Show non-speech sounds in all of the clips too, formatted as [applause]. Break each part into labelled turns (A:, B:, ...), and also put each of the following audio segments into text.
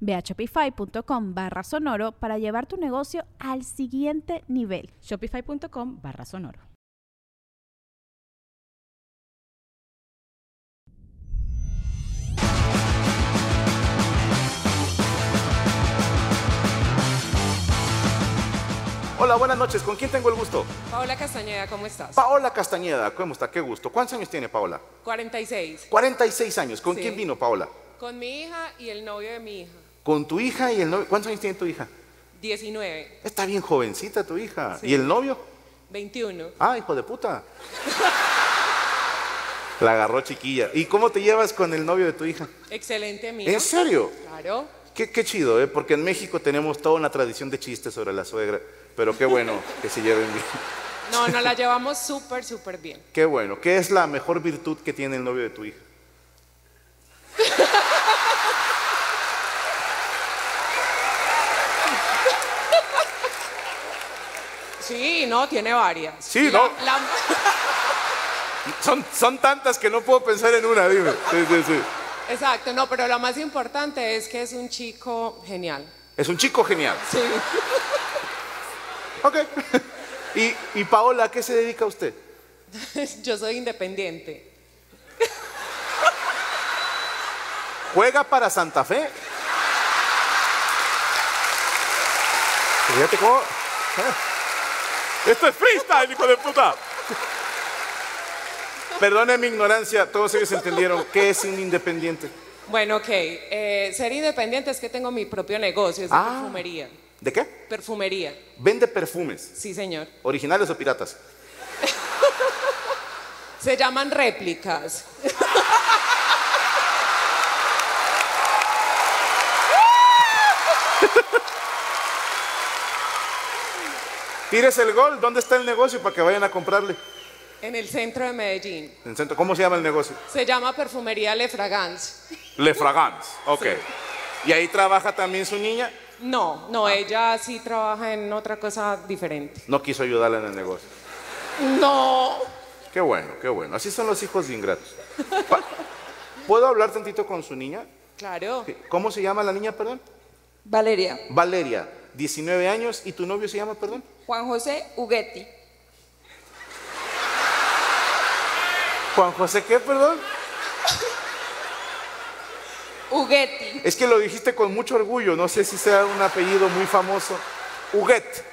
A: Ve a shopify.com barra sonoro para llevar tu negocio al siguiente nivel.
B: Shopify.com barra sonoro.
C: Hola, buenas noches. ¿Con quién tengo el gusto?
D: Paola Castañeda, ¿cómo estás?
C: Paola Castañeda, ¿cómo está? Qué gusto. ¿Cuántos años tiene Paola?
D: 46.
C: 46 años. ¿Con
D: Sí.
C: quién vino Paola?
D: Con mi hija y el novio de mi hija.
C: Con tu hija y el novio. ¿Cuántos años tiene tu hija?
D: 19,
C: Está bien jovencita tu hija.
D: Sí.
C: ¿Y el novio?
D: 21.
C: Ah, hijo de puta. La agarró chiquilla. ¿Y cómo te llevas con el novio de tu hija?
D: Excelente amigo.
C: ¿En serio?
D: Claro.
C: Qué, qué chido, ¿eh? Porque en México tenemos toda una tradición de chistes sobre la suegra. Pero qué bueno que se lleven bien.
D: No, nos la llevamos súper, súper bien.
C: Qué bueno. ¿Qué es la mejor virtud que tiene el novio de tu hija?
D: Sí, no, tiene varias.
C: Sí,
D: La-
C: no.
D: la-
C: Son, son tantas que no puedo pensar en una, dime. Sí, sí, sí.
D: exacto, no, pero lo más importante es que es un chico genial.
C: Es un chico genial.
D: Sí. [laughs]
C: Ok. Y, [laughs] y Paola, ¿a qué se dedica usted?
D: Yo soy independiente.
C: ¿Juega para Santa Fe? Fíjate cómo... ¿Eh? ¡Esto es freestyle, hijo de puta! Perdone mi ignorancia, todos ellos entendieron qué es un independiente.
D: Bueno, ok. eh, ser independiente es que tengo mi propio negocio, es de
C: Ah.
D: perfumería.
C: ¿De qué?
D: Perfumería,
C: Vende perfumes,
D: sí, señor.
C: originales o piratas.
D: Se llaman réplicas.
C: Tires el gol, ¿dónde está el negocio para que vayan a comprarle?
D: En el centro de Medellín.
C: En el centro. ¿Cómo se llama el negocio?
D: Se llama Perfumería Le Fragance.
C: Le Fragance. Ok. Y ahí trabaja también su niña.
D: No, no, ella sí trabaja en otra cosa diferente.
C: No quiso ayudarla en el negocio.
D: No.
C: Qué bueno, qué bueno. Así son los hijos de [laughs] ingratos. Pa- ¿Puedo hablar tantito con su niña?
D: Claro.
C: ¿Cómo se llama la niña, perdón?
E: Valeria,
C: Valeria, 19 años. ¿Y tu novio se llama, perdón?
E: Juan José Uguetti,
C: Juan José, ¿qué, perdón?
E: Uguetti,
C: Es que lo dijiste con mucho orgullo. No sé si sea un apellido muy famoso. Huguet,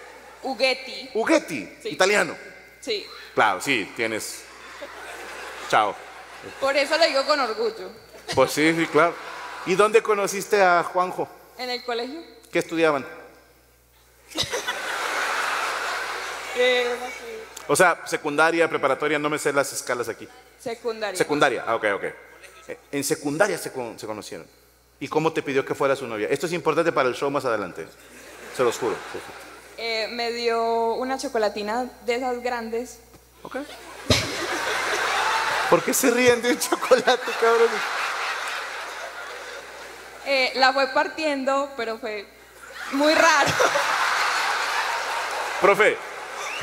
E: Uguetti,
C: Huguetti,
E: Sí.
C: italiano.
E: sí,
C: Claro, sí, tienes. Chao.
E: por eso lo digo con orgullo.
C: Pues sí, sí, claro. ¿Y dónde conociste a Juanjo?
E: En el colegio,
C: ¿Qué estudiaban?
E: eh, no sé,
C: O sea, secundaria, preparatoria, no me sé las escalas aquí.
E: secundaria,
C: Secundaria, ah, ok, ok. Eh, En secundaria se, con- se conocieron. ¿Y cómo te pidió que fuera su novia? Esto es importante para el show más adelante. Se los juro. Sí, sí.
E: Eh, me dio una chocolatina de esas grandes,
C: Ok. ¿Por qué se ríen de un chocolate, cabrón?
E: Eh, la fue partiendo, pero fue muy raro. [laughs]
C: Profe,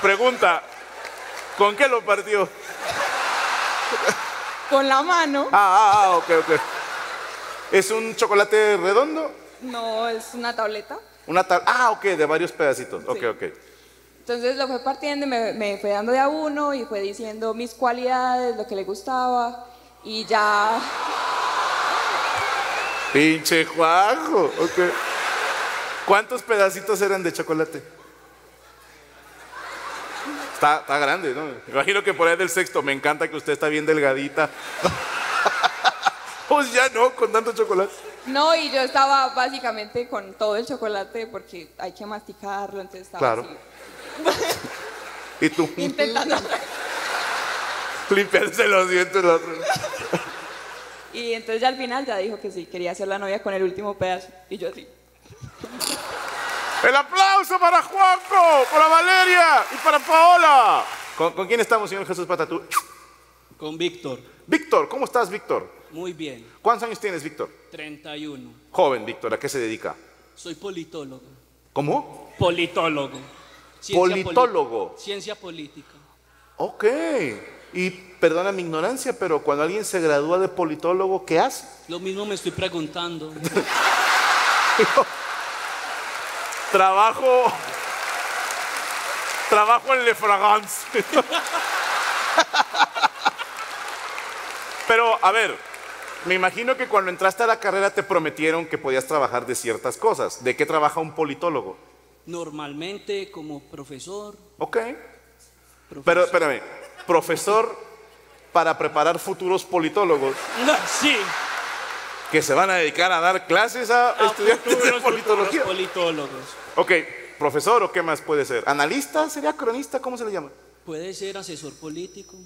C: pregunta. ¿Con qué lo partió?
E: Con la mano,
C: Ah, ah, ah, ok, ok. ¿Es un chocolate redondo?
E: no es una tableta.
C: Una tar- Ah, ok, de varios pedacitos. Ok, ok.
E: Entonces lo fue partiendo y me, me fue dando de a uno y fue diciendo mis cualidades, lo que le gustaba y ya
C: Pinche Juanjo. Ok. ¿Cuántos pedacitos eran de chocolate? Está, está grande, ¿no? Me imagino que por ahí del sexto, me encanta que usted está bien delgadita. [laughs] pues ya no, con tanto chocolate.
E: No, y yo estaba básicamente con todo el chocolate porque hay que masticarlo, entonces estaba
C: Claro.
E: así,
C: Y tú, [laughs]
E: intentando.
C: limpiarse los dientes. la otra.
E: Y entonces ya al final ya dijo que sí, quería ser la novia con el último pedazo. Y yo así.
C: El aplauso para Juanco, para Valeria y para Paola. ¿Con, con quién estamos, señor Jesús Patatú?
F: Con Víctor.
C: Víctor, ¿cómo estás, Víctor?
F: Muy bien.
C: ¿Cuántos años tienes, Víctor?
F: 31.
C: Joven, Víctor, ¿a qué se dedica?
F: Soy politólogo.
C: ¿Cómo?
F: Politólogo. poli-
C: Politólogo.
F: Ciencia política.
C: Ok. Y perdona mi ignorancia, pero cuando alguien se gradúa de politólogo, ¿qué hace?
F: Lo mismo me estoy
C: [laughs]
F: preguntando.
C: Trabajo. Trabajo en Le Fragance. [laughs] Pero, a ver, me imagino que cuando entraste a la carrera te prometieron que podías trabajar de ciertas cosas. ¿De qué trabaja un politólogo?
F: Normalmente como profesor.
C: Ok.
F: profesor.
C: Pero, espérame, profesor para preparar futuros politólogos
F: No, sí.
C: que se van a dedicar a dar clases a,
F: A Ah,
C: estudiantes
F: futuros,
C: de
F: futuros
C: politología.
F: politólogos.
C: ok, profesor o qué más puede ser? ¿Analista? ¿Sería cronista? ¿Cómo se le llama?
F: Puede ser asesor político,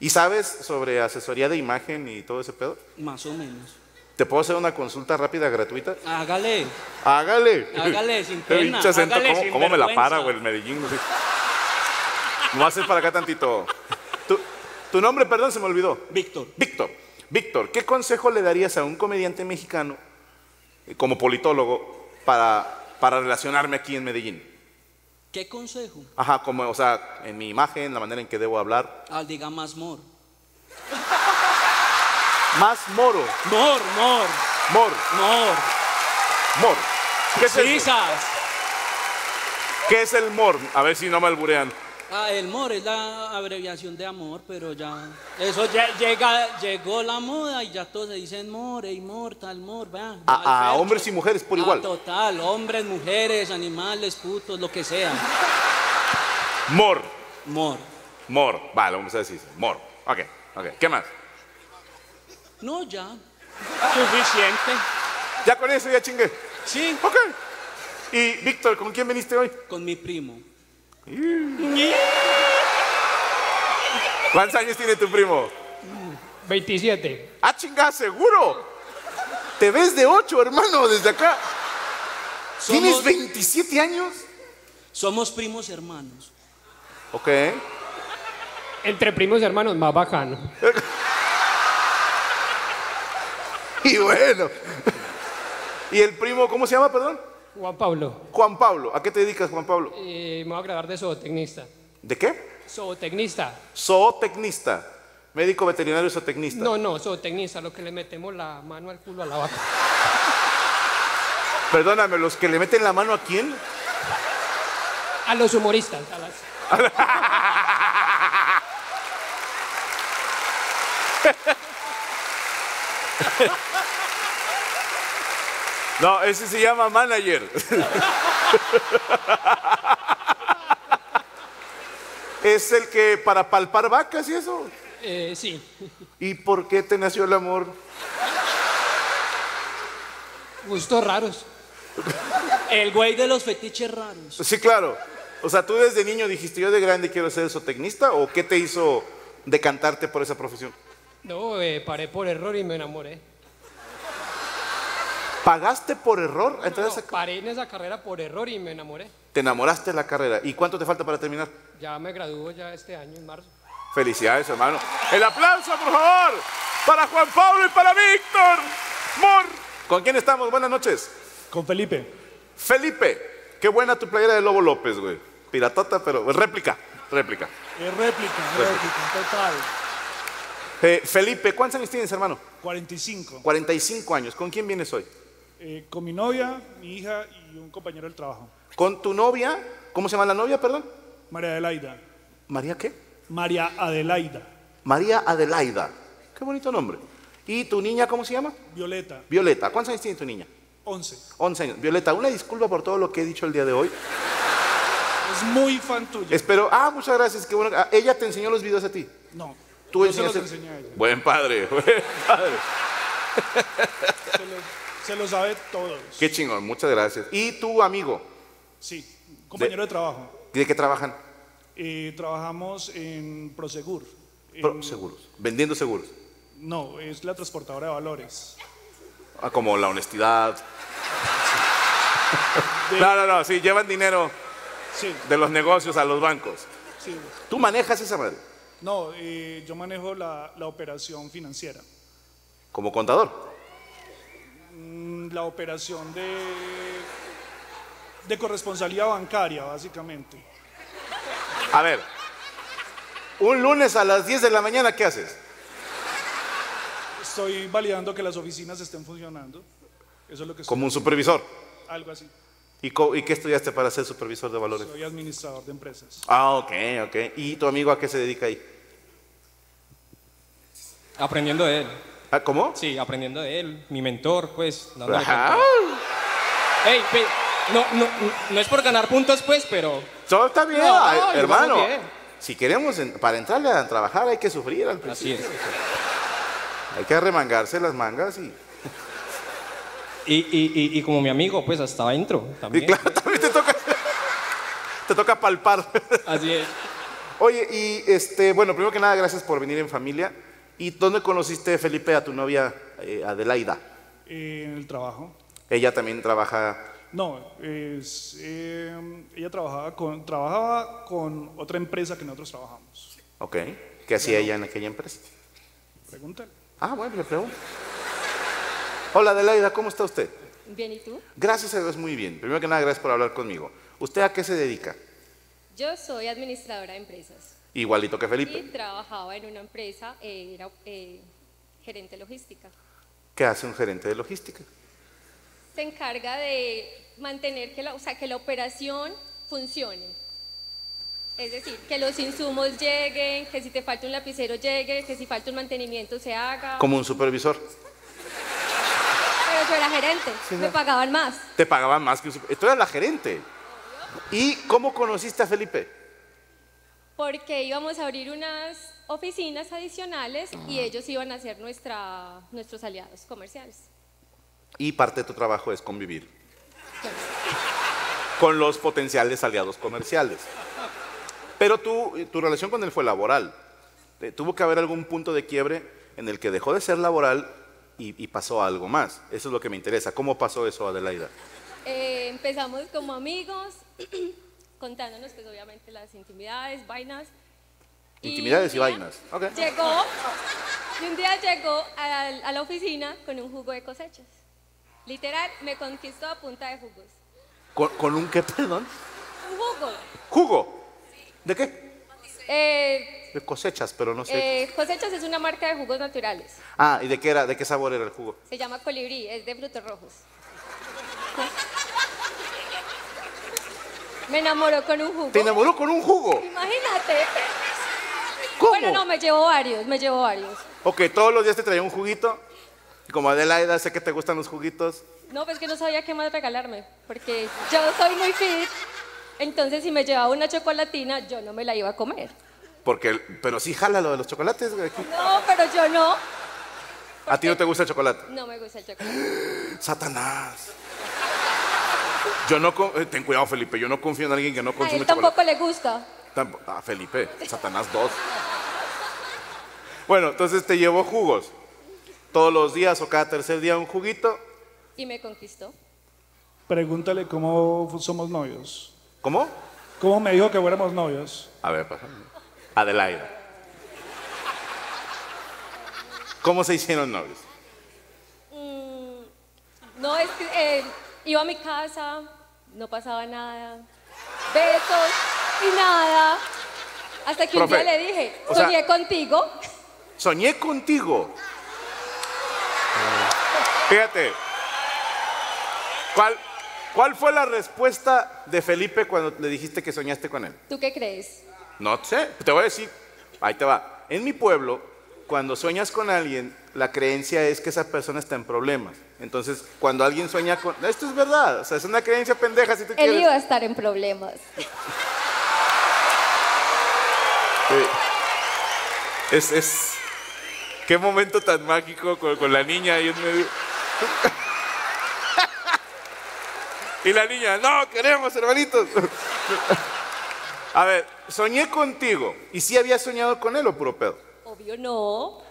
C: ¿Y sabes sobre asesoría de imagen y todo ese pedo?
F: más o menos.
C: ¿Te puedo hacer una consulta rápida gratuita?
F: Hágale.
C: Hágale. [laughs]
F: Hágale, sin
C: El
F: pena,
C: pinche acento,
F: hágale,
C: ¿cómo,
F: sin
C: cómo me la
F: vergüenza.
C: para, güey, el Medellín? No sé. No haces para acá tantito. Tu, tu nombre, perdón, se me olvidó.
F: Víctor.
C: Víctor. Víctor, ¿qué consejo le darías a un comediante mexicano eh, como politólogo para, para relacionarme aquí en Medellín?
F: ¿Qué consejo?
C: Ajá, como, o sea, en mi imagen, la manera en que debo hablar.
F: Ah, diga más mor.
C: Más moro,
F: Mor, mor,
C: mor,
F: mor.
C: mor. ¿Qué es, el,
F: Risas.
C: ¿Qué es el mor? A ver si no me alburean.
F: Ah, el mor es la abreviación de amor, pero ya. Eso ya llega, llegó la moda y ya todos se dicen mor, ey mor, tal mor, vea.
C: A-
F: va al
C: a
F: fercho.
C: hombres y mujeres por
F: Ah,
C: igual.
F: Total, hombres, mujeres, animales, putos, lo que sea.
C: Mor,
F: Mor.
C: mor. Vale, vamos a decir mor. Ok, ok. ¿Qué más?
F: No, ya. Suficiente.
C: Ya con eso ya chingué.
F: Sí,
C: Ok. Y Víctor, ¿con quién viniste hoy?
F: con mi primo.
C: ¿Cuántos años tiene tu primo?
G: 27.
C: ¡Ah, chingada, seguro! Te ves de 8, hermano, desde acá. ¿Tienes
F: Somos,
C: 27 años?
F: somos primos hermanos.
C: Ok.
G: Entre primos y hermanos, más bacano.
C: Y bueno. [laughs] ¿Y el primo, cómo se llama, perdón?
G: Juan Pablo,
C: Juan Pablo. ¿A qué te dedicas, Juan Pablo?
G: eh, me voy a graduar de zootecnista.
C: ¿De qué?
G: ¿Zootecnista?
C: Zootecnista. Médico veterinario zootecnista.
G: No, no, zootecnista, lo que le metemos la mano al culo a la vaca.
C: Perdóname, ¿los que le meten la mano a quién?
G: [laughs]
C: [laughs]
G: A los humoristas, a las-
C: No, ese se llama manager. [laughs] es el que para palpar vacas y eso.
G: eh, sí,
C: ¿Y por qué te nació el amor?
G: [laughs] gustos raros.
F: El güey de los fetiches raros.
C: Sí, claro. O sea, tú desde niño dijiste, yo de grande quiero ser zootecnista, o qué te hizo decantarte por esa profesión?
G: No, eh, paré por error y me enamoré. ¿Pagaste
C: por error?
G: No,
C: Entonces,
G: paré en esa carrera por error y me enamoré.
C: te enamoraste de la carrera. ¿Y cuánto te falta para terminar?
G: Ya me graduó ya este año, en marzo.
C: Felicidades, hermano. El aplauso, por favor, para Juan Pablo y para Víctor. Mor. ¿Con quién estamos? Buenas noches.
H: Con Felipe.
C: Felipe, qué buena tu playera de Lobo López, güey. Piratota, pero réplica, réplica.
H: Eh, réplica, réplica, total.
C: Eh, Felipe, ¿cuántos años tienes, hermano?
H: 45.
C: 45 años. ¿Con quién vienes hoy?
H: Eh, con mi novia, mi hija y un compañero del trabajo.
C: Con tu novia, ¿cómo se llama la novia, perdón?
H: María Adelaida.
C: María qué?
H: María Adelaida.
C: María Adelaida. Qué bonito nombre. ¿Y tu niña cómo se llama?
H: Violeta.
C: Violeta. ¿Cuántos años tiene tu niña?
H: 11.
C: 11 años. Violeta, una disculpa por todo lo que he dicho el día de hoy.
H: Es muy fan tuya.
C: Espero. Ah, muchas gracias. Qué bueno. Ah, Ella te enseñó los videos a ti.
H: No.
C: Tú
H: yo se los
C: enseñaste.
H: enseñé a ella.
C: Buen padre, [laughs] buen padre.
H: Se lo, se lo sabe todos.
C: Qué chingón, muchas gracias. ¿Y tu amigo?
H: Sí, un compañero de, trabajo.
C: ¿De qué trabajan?
H: Eh, trabajamos en Prosegur. En-
C: Pro- seguros. Vendiendo seguros.
H: No, es la transportadora de valores.
C: Ah, como la honestidad. [laughs] No, no, no. Sí, llevan dinero
H: Sí,
C: de los negocios a los bancos.
H: sí.
C: ¿Tú manejas esa madre?
H: No, eh, yo manejo la, la operación financiera.
C: Como contador.
H: Mm, La operación de, de corresponsalía bancaria, básicamente.
C: A ver. Un lunes a las 10 de la mañana, ¿qué haces?
H: Estoy validando que las oficinas estén funcionando. Eso es lo que estoy-
C: Como un supervisor.
H: Algo así.
C: ¿Y, co- y qué estudiaste para ser supervisor de valores?
H: Soy administrador de empresas.
C: Ah, ok, ok. ¿Y tu amigo a qué se dedica ahí?
G: Aprendiendo de él.
C: ¿Ah, ¿Cómo?
G: Sí, aprendiendo de él. Mi mentor, pues. dándole
C: Ajá.
G: con todo. Ey, pe- no, no, no es por ganar puntos, pues, pero.
C: Todo está bien,
G: No,
C: ay,
G: yo
C: hermano.
G: paso bien.
C: Si queremos, en- para entrarle a trabajar hay que sufrir al
G: Así
C: principio.
G: es.
C: Hay que arremangarse las mangas y...
G: Y, y- y- y como mi amigo, pues hasta adentro
C: Y
G: también.
C: claro, también te toca... Te toca palpar. [laughs]
G: Así es.
C: Oye, y este, bueno, primero que nada, gracias por venir en familia. ¿Y dónde conociste, Felipe, a tu novia eh, Adelaida?
H: Eh, en el trabajo.
C: Ella también trabaja...
H: No, es, eh, ella trabajaba con, trabajaba con otra empresa que nosotros trabajamos.
C: Ok. ¿Qué hacía ella en aquella empresa?
H: Pregúntale.
C: Ah, bueno, le pregunto. Hola, Adelaida, ¿cómo está usted?
I: Bien, ¿y tú?
C: Gracias a Dios, muy bien. Primero que nada, gracias por hablar conmigo. ¿Usted a qué se dedica?
I: Yo soy administradora de empresas
C: Igualito que
I: y
C: Felipe.
I: trabajaba en una empresa, eh, era eh, gerente logística.
C: ¿Qué hace un gerente de logística?
I: Se encarga de mantener que la, o sea, que la operación funcione. Es decir, que los insumos lleguen, que si te falta un lapicero llegue, que si falta un mantenimiento se haga.
C: Como un supervisor.
I: Pero yo era gerente, me pagaban más.
C: Te pagaban más que un supervisor. Tú eras la gerente. ¿Y cómo conociste a Felipe?
I: porque íbamos a abrir unas oficinas adicionales y ellos iban a ser nuestra, nuestros aliados comerciales.
C: Y parte de tu trabajo es convivir con los potenciales aliados comerciales. Pero tú, eh, tu relación con él fue laboral. Eh, Tuvo que haber algún punto de quiebre en el que dejó de ser laboral y, y pasó a algo más. Eso es lo que me interesa. ¿Cómo pasó eso, Adelaida?
I: Eh, empezamos como amigos, [clears throat] contándonos pues obviamente las intimidades, vainas.
C: Intimidades y
I: un día
C: vainas. Ok.
I: Llegó, y un día llegó a, a la oficina con un jugo de cosechas. Literal, me conquistó a punta de jugos.
C: ¿Con, con un qué, perdón?
I: Un jugo,
C: ¿Jugo? ¿De qué?
I: eh,
C: De cosechas, pero no sé.
I: eh, cosechas es una marca de jugos naturales.
C: Ah, ¿y de qué era? ¿De qué sabor era el jugo?
I: Se llama colibrí, es de frutos rojos. Me enamoró con un jugo.
C: ¿Te enamoró con un jugo?
I: Imagínate.
C: ¿Cómo?
I: Bueno, no, me llevó varios, me llevó varios.
C: Ok, todos los días te traía un juguito. Y como Adelaida, sé que te gustan los juguitos.
I: No, pues que no sabía qué más regalarme, porque yo soy muy fit. Entonces, si me llevaba una chocolatina, yo no me la iba a comer.
C: Porque, pero sí jala lo de los chocolates. güey.
I: No, pero yo no.
C: A ti no te gusta el chocolate.
I: No me gusta el chocolate.
C: Satanás. Yo no. con- eh, Ten cuidado, Felipe. Yo no confío en alguien que no
I: A
C: consume
I: él
C: chocolate.
I: tampoco le gusta.
C: Tampo- Ah, Felipe. Satanás 2. Bueno, entonces te llevo jugos. Todos los días o cada tercer día un juguito.
I: Y me conquistó.
H: Pregúntale cómo fu- somos novios.
C: ¿Cómo?
H: ¿Cómo me dijo que fuéramos novios?
C: A ver, pasa. Adelaida. ¿Cómo se hicieron novios?
I: Mm, No, es que eh, iba a mi casa, no pasaba nada. Besos y nada. Hasta que
C: Profe,
I: un día le dije,
C: o sea-
I: soñé contigo.
C: Soñé contigo. Fíjate. ¿Cuál, ¿Cuál fue la respuesta de Felipe cuando le dijiste que soñaste con él?
I: ¿Tú qué crees?
C: No sé, te voy a decir. Ahí te va. En mi pueblo, cuando sueñas con alguien, la creencia es que esa persona está en problemas. Entonces, cuando alguien sueña con... Esto es verdad, o sea, es una creencia pendeja si tú
I: Él
C: quieres.
I: iba a estar en problemas.
C: Es, es. Qué momento tan mágico con, con la niña ahí en medio. y la niña, no, queremos hermanitos. A ver, soñé contigo. ¿Y si había soñado con él o puro pedo?
I: Obvio no.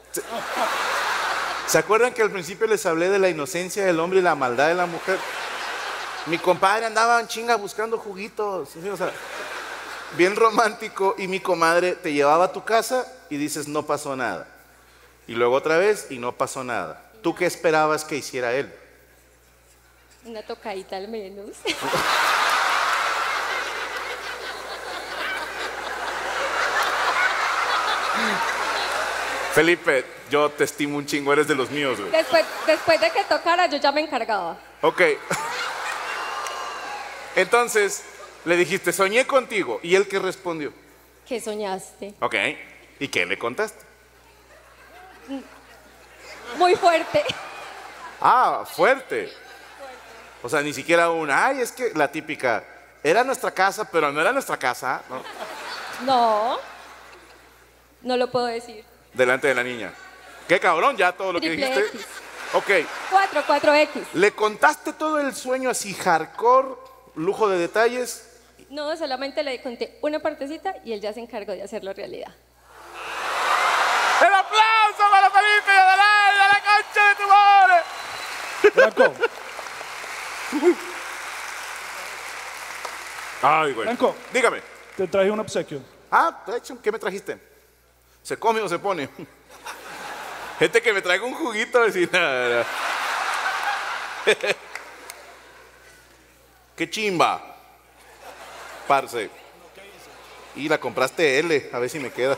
C: ¿Se acuerdan que al principio les hablé de la inocencia del hombre y la maldad de la mujer? Mi compadre andaba en chinga buscando juguitos. ¿sí? O sea, bien romántico y mi comadre te llevaba a tu casa y dices, no pasó nada. Y luego otra vez y no pasó nada. ¿Tú qué esperabas que hiciera él?
I: Una tocadita al menos.
C: Felipe, yo te estimo un chingo, eres de los míos, güey.
I: Después, después de que tocara, yo ya me encargaba.
C: Ok. Entonces, le dijiste, soñé contigo. ¿Y él qué respondió?
I: ¿Qué soñaste?
C: Ok. ¿Y qué le contaste?
I: Muy fuerte. [laughs]
C: Ah, fuerte. O sea, ni siquiera una. Ay, es que la típica. Era nuestra casa, pero no era nuestra casa. ¿no?
I: No. No lo puedo decir.
C: Delante de la niña. Qué cabrón, ya todo lo que
I: Triple
C: dijiste.
I: X.
C: Ok.
I: 4, 4X.
C: Le contaste todo el sueño así hardcore, lujo de detalles.
I: No, solamente le conté una partecita y él ya se encargó de hacerlo realidad.
C: ¡El aplauso para Felipe y Adelaide a la cancha de tu madre!
H: Blanco,
C: Ay, güey.
H: Blanco.
C: Dígame.
H: te traje un obsequio.
C: Ah, de hecho, ¿qué me trajiste? ¿Se come o se pone? [laughs] Gente que me traiga un juguito, decir nada. [laughs] ¡Qué chimba! Parce. Y la compraste L, a ver si me queda.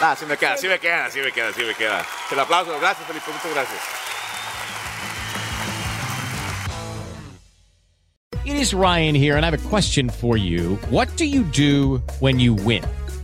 C: Ah, sí me queda, sí me queda, sí me queda, sí me queda. El aplauso, gracias Felipe, muchas gracias.
J: It is Ryan here, and I have a question for you. What do you do when you win?